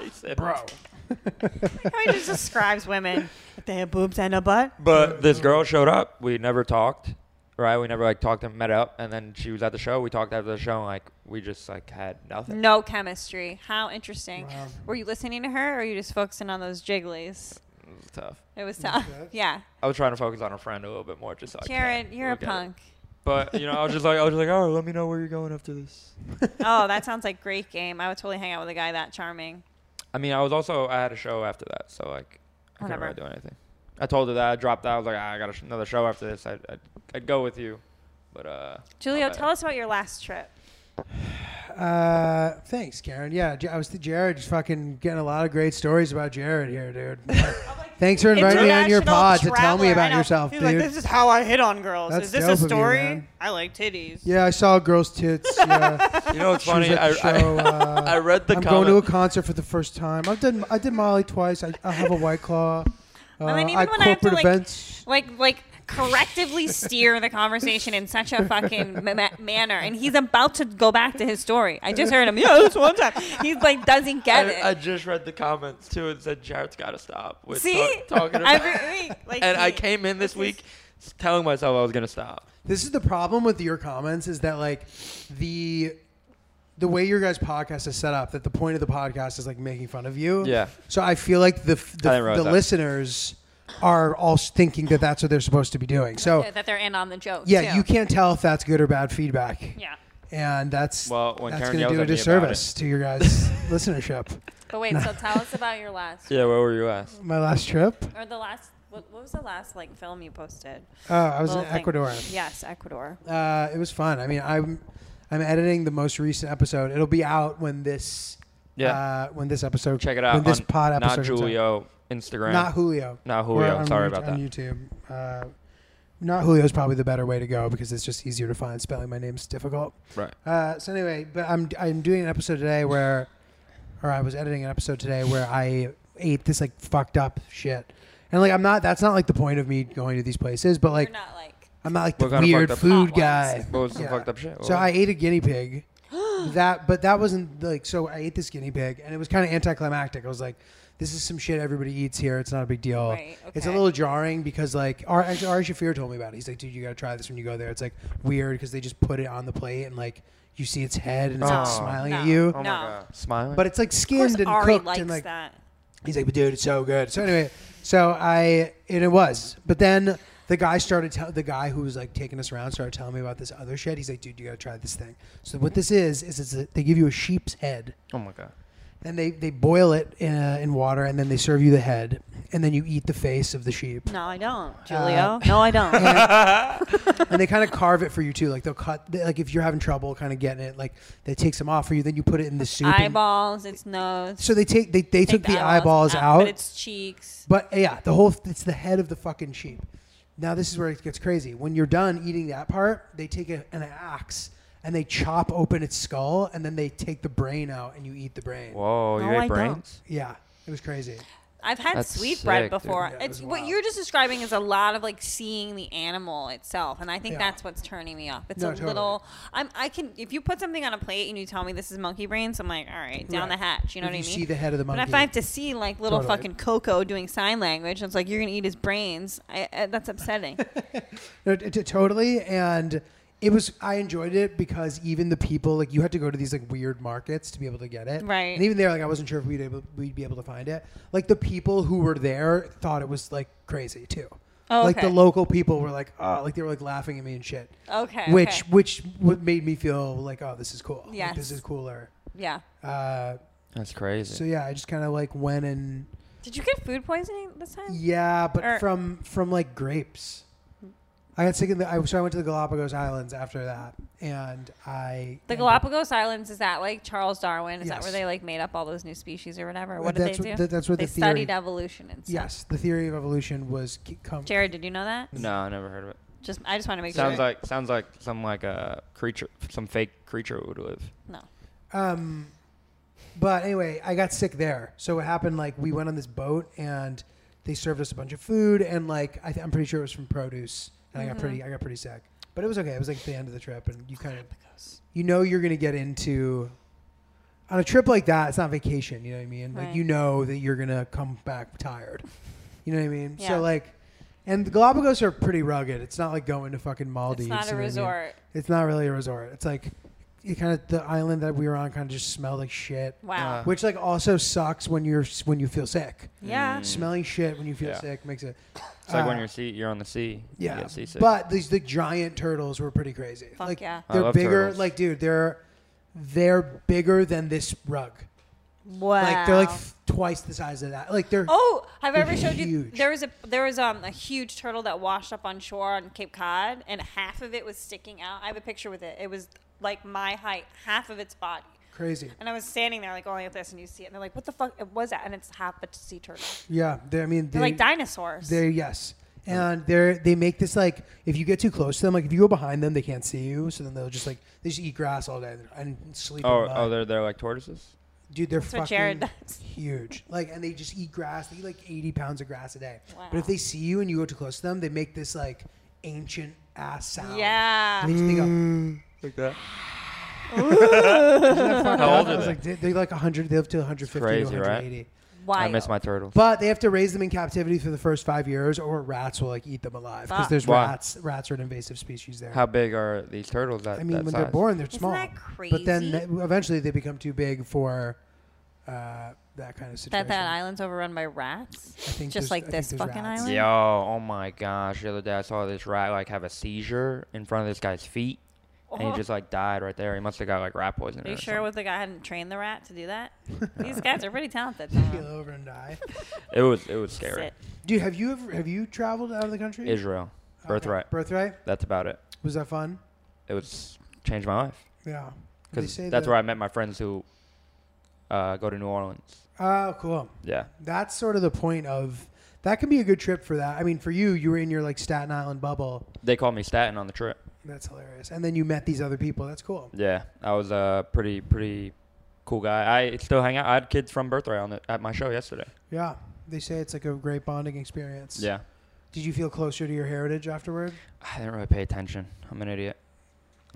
He said, bro. How he just describes women. They have boobs and a butt. But this girl showed up. We never talked, right? We never like talked and met up. And then she was at the show. We talked after the show. And, like we just like had nothing. No chemistry. How interesting. Wow. Were you listening to her, or are you just focusing on those jigglies? It was tough. It was tough. Okay. Yeah, I was trying to focus on a friend a little bit more, just so I can Jared, you're a look at it. punk. But you know, I was just like, I was just like, oh, let me know where you're going after this. oh, that sounds like great game. I would totally hang out with a guy that charming. I mean, I was also I had a show after that, so like I couldn't Whatever. really do anything. I told her that I dropped out. I was like, ah, I got a sh- another show after this. I'd, I'd, I'd go with you, but uh, Julio, my bad. tell us about your last trip. Uh, thanks, Karen. Yeah, J- I was Jared. Fucking getting a lot of great stories about Jared here, dude. Yeah. Thanks for inviting me on your International pod to tell me traveler. I about know. yourself, He's dude. like, this is how I hit on girls. That's is this dope a of you, story? man. I like titties. yeah, I saw a girl's tits. Yeah. you know what's She was funny? I, at the show, I, uh, I read the I'm comment. going to a concert for the first time. I've done I did Molly twice. I, I have a white claw. Uh, I mean, even I when corporate I have to, like- events. Like, like correctively steer the conversation in such a fucking ma- ma- manner. And he's about to go back to his story. I just heard him. Yeah, this one time. He's like, doesn't get it. I, I just read the comments too and said Jared's got to stop with See, talk- talking about. every week, like and I he- came in this week s- telling myself I was gonna stop. This is the problem with your comments is that like the the way your guys' podcast is set up, that the point of the podcast is like making fun of you. Yeah. So I feel like the f- the, I didn't realize the that. listeners are all s- thinking that that's what they're supposed to be doing. So that they're in on the joke. yeah, too. you can't tell if that's good or bad feedback. Yeah, And that's Well, when that's going Karen to yells do a at me about disservice to your guys' listenership. but wait. So tell us about your last Yeah, where were you last? My last trip, or the last. What, what was the last like film you posted? uh, I was in Little thing. Ecuador. Yes, Ecuador. Uh, it was fun. I mean, I'm I'm editing the most recent episode. It'll be out when this Yeah. uh, when this episode Check it out. when this on pod episode not comes out. Julio Instagram. not Julio Not Or Julio. on Sorry Yout- about that. on YouTube. Uh, not Julio is probably the better way to go because it's just easier to find. Spelling my name's difficult. right. Uh, so anyway, but I'm I'm doing an episode today where, or I was editing an episode today where I ate this like fucked up shit, and like I'm not. That's not like the point of me going to these places, but like You're not like I'm not like What the kind of weird fucked up- food Hot guy. ones. What was some Yeah. fucked up shit? So I ate a guinea pig. that, but that wasn't like so. I ate this guinea pig, and it was kind of anticlimactic. I was like, "This is some shit everybody eats here. It's not a big deal. Right, It's a okay. little jarring because like Ar- actually, Ari Shafir told me about it. He's like, "Dude, you gotta try this when you go there. It's like weird because they just put it on the plate and like you see its head and it's like No. smiling at No. you, oh my No. god, smiling. but it's like Of course skinned and Ari cooked likes and like that. He's like, but dude, it's so good. So anyway, so I and it was, but then the guy started tell the guy who was like taking us around started telling me about this other shit. He's like, dude, you gotta try this thing. So what this is is it's a, they give you a sheep's head, oh my god. then they they boil it in, uh, in water, and then they serve you the head, and then you eat the face of the sheep. No, I don't, Uh, Julio. no, I don't. and they kind of carve it for you too. Like they'll cut they, like if you're having trouble kind of getting it, like they take some off for you. Then you put it in the soup. and- Eyeballs, its nose. so they take they, they took Take the, eyeballs, out. But its cheeks. But eh, yeah, the whole it's the head of the fucking sheep. Now this is where it gets crazy. When you're done eating that part, they take a, an axe and they chop open its skull and then they take the brain out and you eat the brain. Whoa, you No, ate I don't. brains? Yeah, it was crazy. I've had That's sweet sick, bread dude. before. Yeah, it it's was what wild. you're just describing is a lot of like seeing the animal itself, and I think Yeah. that's what's turning me off. It's No, a totally. little. I'm. I can. If you put something on a plate and you tell me this is monkey brains, I'm like, all right, down Right. the hatch. You know If what I you mean? see the head of the But if monkey. I have to see like little Totally. fucking Coco doing sign language, it's like you're gonna eat his brains. I, I, that's upsetting. No, t- t- totally. And it was, I enjoyed it because even the people, like, you had to go to these, like, weird markets to be able to get it. Right. And even there, like, I wasn't sure if we'd, able, we'd be able to find it. Like, the people who were there thought it was, like, crazy, too. Oh, Like, the okay. local people were like, oh, like, they were, like, laughing at me and shit. Okay, Which, okay. which what made me feel like, oh, this is cool. Like, Yes. this is cooler. yeah. Uh, That's crazy. so, yeah, I just kind of, like, went and, Did you get food poisoning this time? yeah, but Or- from, from, like, grapes. I got sick of the. I, so I went to the Galapagos Islands after that, and I The ended- Galapagos Islands is that like Charles Darwin? Is that where Yes. they like made up all those new species or whatever? Uh, What did that's what- they do? that- that's what they the theory- studied evolution and stuff. Yes, the theory of evolution was c- come. Jared, did you know that? no, I never heard of it. Just I just want to make Sounds sure. like sounds like some like a creature, some fake creature would live. no. Um, but anyway, I got sick there. So what happened? Like we went on this boat, and they served us a bunch of food, and like I th- I'm pretty sure it was from produce, and I got pretty Mm-hmm. I got pretty sick. But it was okay. It was like the end of the trip, and you kind of you know you're gonna get into on a trip like that. It's not vacation, you know what I mean? Like Right. you know that you're gonna come back tired. You know what I mean? Yeah. So like, and the Galapagos are pretty rugged. It's not like going to fucking Maldives. It's not you a know what I mean? resort. It's not really a resort. It's like it kind of the island that we were on kind of just smelled like shit, Wow. Uh, which like also sucks when you're when you feel sick. yeah. Smelling shit when you feel Mm. Yeah. sick makes it. It's like when uh, you're sea, you're on the sea. you yeah. get seasick. But these the giant turtles were pretty crazy. Fuck like yeah. I they're love bigger. turtles. Like dude, they're they're bigger than this rug. Wow. Like they're like th- twice the size of that. Like they're Oh, have I They're ever showed you? huge. There was a there was um a huge turtle that washed up on shore on Cape Cod, and half of it was sticking out. I have a picture with it. It was like my height, half of its body. crazy. And I was standing there like going like this, and you see it, and they're like, "What the fuck was that?" And it's half a sea turtle. Yeah, they, I mean, They're like they- dinosaurs. They yes, and they're they make this like if you get too close to them, like if you go behind them, they can't see you. So then they'll just like they just eat grass all day and sleep. in oh, mud. oh, they're they're like tortoises. dude, they're That's fucking what Jared does. huge. Like, and they just eat grass. They eat like eighty pounds of grass a day. Wow. But if they see you and you go too close to them, they make this like ancient ass sound. And yeah. they just think Like that. How old are I was they? like, they- they're like 100. They live to 150 crazy, to right? 180. Why? I miss my turtles. But they have to raise them in captivity for the first five years, or rats will like eat them alive because Fuck. there's Wow. rats. Rats are an invasive species there. How big are these turtles? That I mean, that when size? they're born, they're Isn't small. that But then crazy? th- eventually they become too big for uh, that kind of situation. That that island's overrun by rats. I think just there's- I like think this there's fucking rats. island. Yo, oh my gosh! The other day I saw this rat like have a seizure in front of this guy's feet, and he just like died right there. He must have got like rat poisoning. Oh. Are or you sure something. what the guy hadn't trained the rat to do that? These guys are pretty talented. huh? Keel over and die. It was it was scary. Sit. Dude, have you ever have you traveled out of the country? Israel, Okay. birthright. Birthright That's about it. was that fun? It was changed my life Yeah. They because say that's that- where I met my friends who uh, go to New Orleans. Oh, cool. Yeah. That's sort of the point of that can be a good trip for that. I mean, for you, you were in your like Staten Island bubble. They called me Staten on the trip. That's hilarious. And then you met these other people. That's cool. Yeah, I was a pretty pretty cool guy. I still hang out. I had kids from birthright on the, at my show yesterday. Yeah. They say it's like a great bonding experience. Yeah, Did you feel closer to your heritage afterward? I didn't really pay attention. I'm an idiot.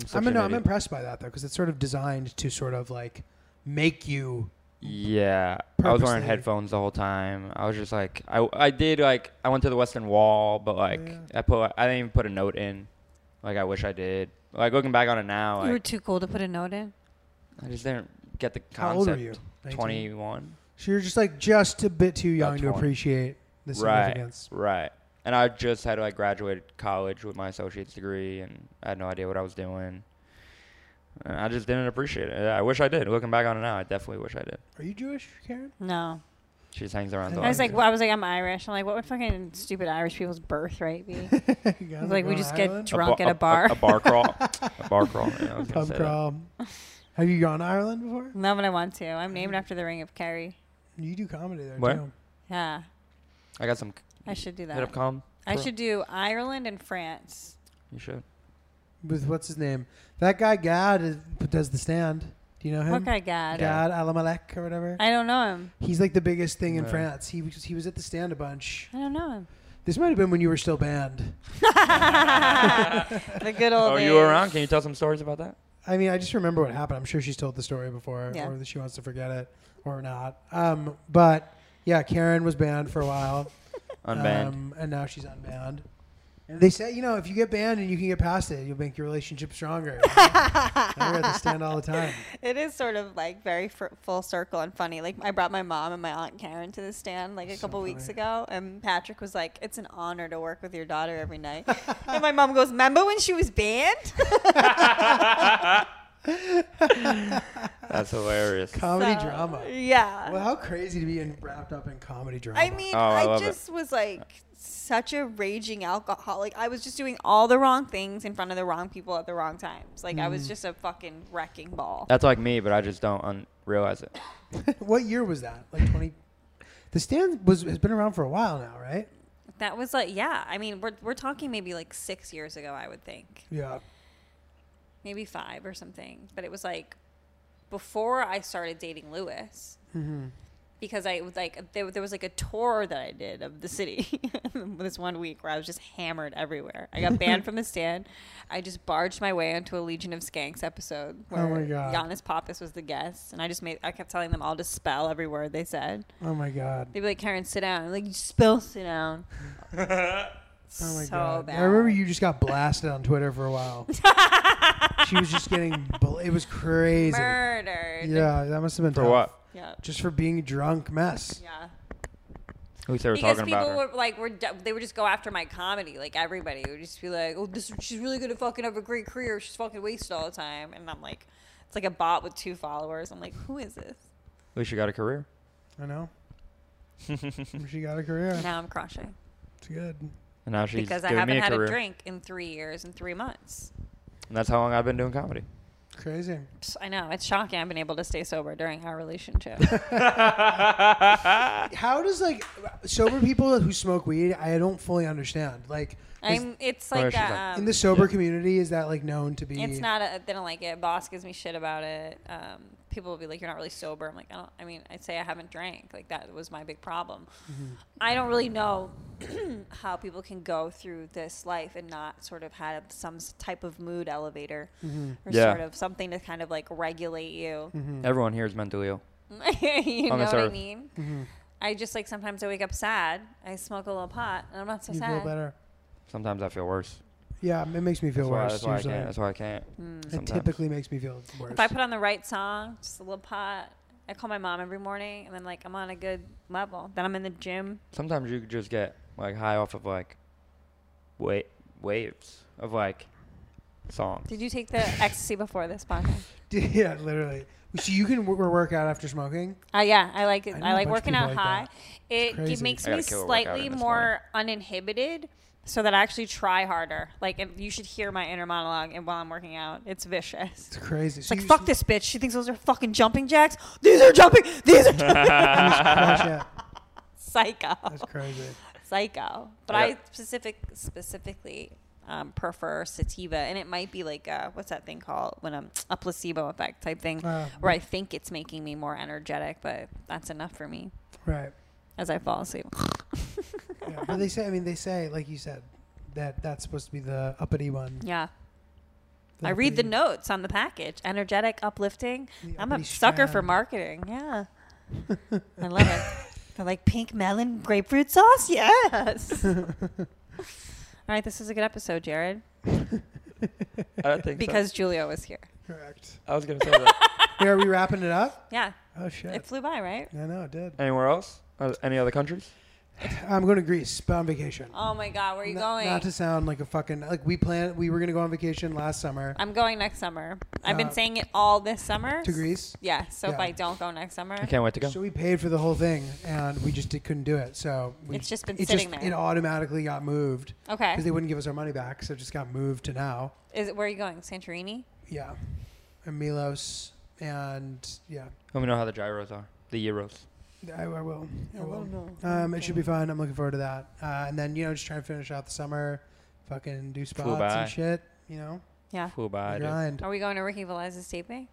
I'm, such I'm, an no, I'm idiot. impressed by that though, because it's sort of designed to sort of like make you. Yeah, I was wearing Purposely. headphones the whole time. I was just like, I, I did like I went to the Western Wall, but like yeah. I put I didn't even put a note in. Like I wish I did. Like looking back on it now, You were like, too cool to put a note in. I just didn't get the concept. How old were you? 19? Twenty one. So you're just like just a bit too young to 20. appreciate the Right. significance. Right. And I just had like graduated college with my associate's degree, and I had no idea what I was doing. And I just didn't appreciate it. I wish I did. Looking back on it now, I definitely wish I did. Are you Jewish, Karen? No, She just hangs around. I the I was lot. like, well, I was like, I'm Irish. I'm like, what would fucking stupid Irish people's birthright be? I like, we just get A drunk ba- at a bar. A, bar crawl. a bar crawl. Yeah, I was gonna pub say that. crawl. Have you gone to Ireland before? no, but I want to. I'm named after the Ring of Kerry. You do comedy there Where? too. Yeah, I got some I should do hit up that. com. I Cool. should do Ireland and France. You should. with what's his name? That guy Gad is, does the stand. Do you know him? What guy God? Gad Alamalek or whatever. I don't know him. He's like the biggest thing in No. France. He was, he was at the stand a bunch. I don't know him. This might have been when you were still banned. the good old Oh, days. you were around. Can you tell some stories about that? I mean, I just remember what happened. I'm sure she's told the story before, Yeah. or that she wants to forget it, or not. Um, but yeah, Karen was banned for a while, Unbanned. um, and now she's unbanned. And they say, you know, if you get banned and you can get past it, you'll make your relationship stronger. I hear this stand all the time. It is sort of like very fr- full circle and funny. Like I brought my mom and my aunt Karen to the stand like a So couple weeks funny. ago, and Patrick was like, "It's an honor to work with your daughter every night." and my mom goes, "Remember when she was banned?" That's hilarious. Comedy So, drama. Yeah. Well, how crazy to be in, wrapped up in comedy drama. I mean, Oh, I I, love it. just was like such a raging alcoholic. I was just doing all the wrong things in front of the wrong people at the wrong times. Like I Mm. was just a fucking wrecking ball. That's like me, but I just don't un- realize it. what year was that? Like twenty. The stand was has been around for a while now, right? That was like, yeah. I mean, we're we're talking maybe like six years ago, I would think, Yeah. maybe five or something. But it was like before I started dating Lewis. Mm-hmm. Because I was like, there, there was like a tour that I did of the city this one week where I was just hammered everywhere. I got banned from the stand. I just barged my way onto a Legion of Skanks episode where Oh my God. Giannis Pappas was the guest. And I just made, I kept telling them all to spell every word they said. Oh my god. They'd be like, Karen, sit down. I'm like, you spell sit down. Oh my so god. bad. I remember you just got blasted on Twitter for a while. she was just getting. Bl- it was crazy. murdered. Yeah, that must have been For tough. what? Yeah. Just for being a drunk mess. Yeah. At least they were Because talking about people her. were like, were d- they would just go after my comedy. Like everybody would just be like, "Oh, this she's really gonna fucking have a great career. She's fucking wasted all the time." And I'm like, it's like a bot with two followers. I'm like, who is this? At least you got a career. I know. she got a career. Now I'm crushing It's good. And now she's because I giving haven't me a had career. a drink in three years and three months. And that's how long I've been doing comedy. Crazy. Psst, I know it's shocking. I've been able to stay sober during our relationship. How does like sober people who smoke weed? I don't fully understand. Like, is- I'm. It's Sorry, like she's a, like- in um, the sober community, is that like known to be? It's not. A, they don't like it. Boss gives me shit about it. Um, people will be like, "You're not really sober." I'm like, I don't. I mean, I'd say I haven't drank. Like that was my big problem. I don't really know how people can go through this life and not sort of have some s- type of mood elevator Mm-hmm. or Yeah. sort of something to kind of like regulate you. Everyone here is mentally ill. you know On this what I earth. mean? Mm-hmm. I just like sometimes I wake up sad. I smoke a little pot, and I'm not so You sad. feel better. Sometimes I feel worse. Yeah, it makes me That's feel why, worse. that's why I usually. can't. That's why I can't. Hmm. It sometimes. typically makes me feel worse. If I put on the right song, just a little pot, I call my mom every morning, and then like I'm on a good level. Then I'm in the gym. Sometimes you could just get like high off of like wa- waves of like songs. Did you take the ecstasy before this podcast? yeah, literally. So you can w- work out after smoking. Uh, yeah, I like it. I know I, a like bunch working of people out like high. that. It, it crazy. makes I me gotta kill a workout slightly in this more uninhibited, so that I actually try harder. Like and you should hear my inner monologue, and while I'm working out, it's vicious. It's crazy. It's like fuck this bitch. She thinks those are fucking jumping jacks. These are jumping. These are jumping. That's psycho. crazy. psycho. But I I got- specific specifically um, prefer sativa, and it might be like a, what's that thing called when I'm a placebo effect type thing, Uh, where I think it's making me more energetic, but that's enough for me Right. as I fall asleep. Yeah. But they say. I mean, they say, like you said, that that's supposed to be the uppity one. yeah. The I read the uppity- notes on the package. Energetic, uplifting. the I'm a uppity sucker for strand. marketing. Yeah. I love it. They're like pink melon grapefruit sauce. Yes. All right, this is a good episode, Jared, I don't think so. because Julio was here. Correct. I was gonna say that. Hey, are we wrapping it up? Yeah. Oh shit. It flew by, right? I know it did. Anywhere else? Uh, any other countries? I'm going to Greece, but on vacation. Oh my God, where are you Not- going? Not to sound like a fucking like we planned. We were going to go on vacation last summer I'm going next summer. I've been Uh, saying it all this summer. to Greece. Yeah. So if Yeah. I don't go next summer, I can't wait to go. So we paid for the whole thing, and we just did, couldn't do it. So we, It's just been it sitting there. It automatically got moved because okay. they wouldn't give us our money back, so it just got moved to now. Is it where are you going? Santorini. Yeah, and Milos, and yeah, Let me know how the gyros are. The euros. I, I will. I will. know. Um, it should be fun. I'm looking forward to that. Uh, and then you know, just trying to finish out the summer, fucking do spots by. and shit. You know, Yeah. Flew by. dude. Grind. Are we going to Ricky Velez's taping?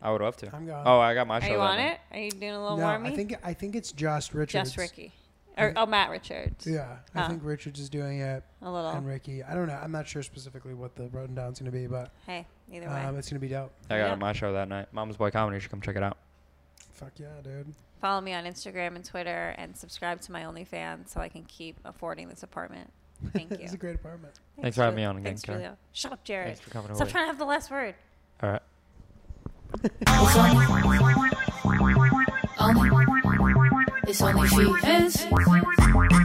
I would love to. I'm going. Oh, I got my Are show. you that on night. it? Are you doing a little No, warming? I think I think it's just Richards. Just Ricky. Or, oh, Matt Richards. Yeah, I Oh. think Richards is doing it, A little. and Ricky. I don't know. I'm not sure specifically what the rundown's going to be, but hey, either way. um, it's going to be dope. I got Yeah. on my show that night. Mama's Boy Comedy. You should come check it out. Fuck yeah, dude. Follow me on Instagram and Twitter and subscribe to my OnlyFans so I can keep affording this apartment. Thank you. it's a great apartment. Thanks for having me Ju- on again, Thanks, Karen. Julio. Shut up, Jared. Thanks for coming Stop over. trying to have the last word. All right. It's only, only, it's only she is.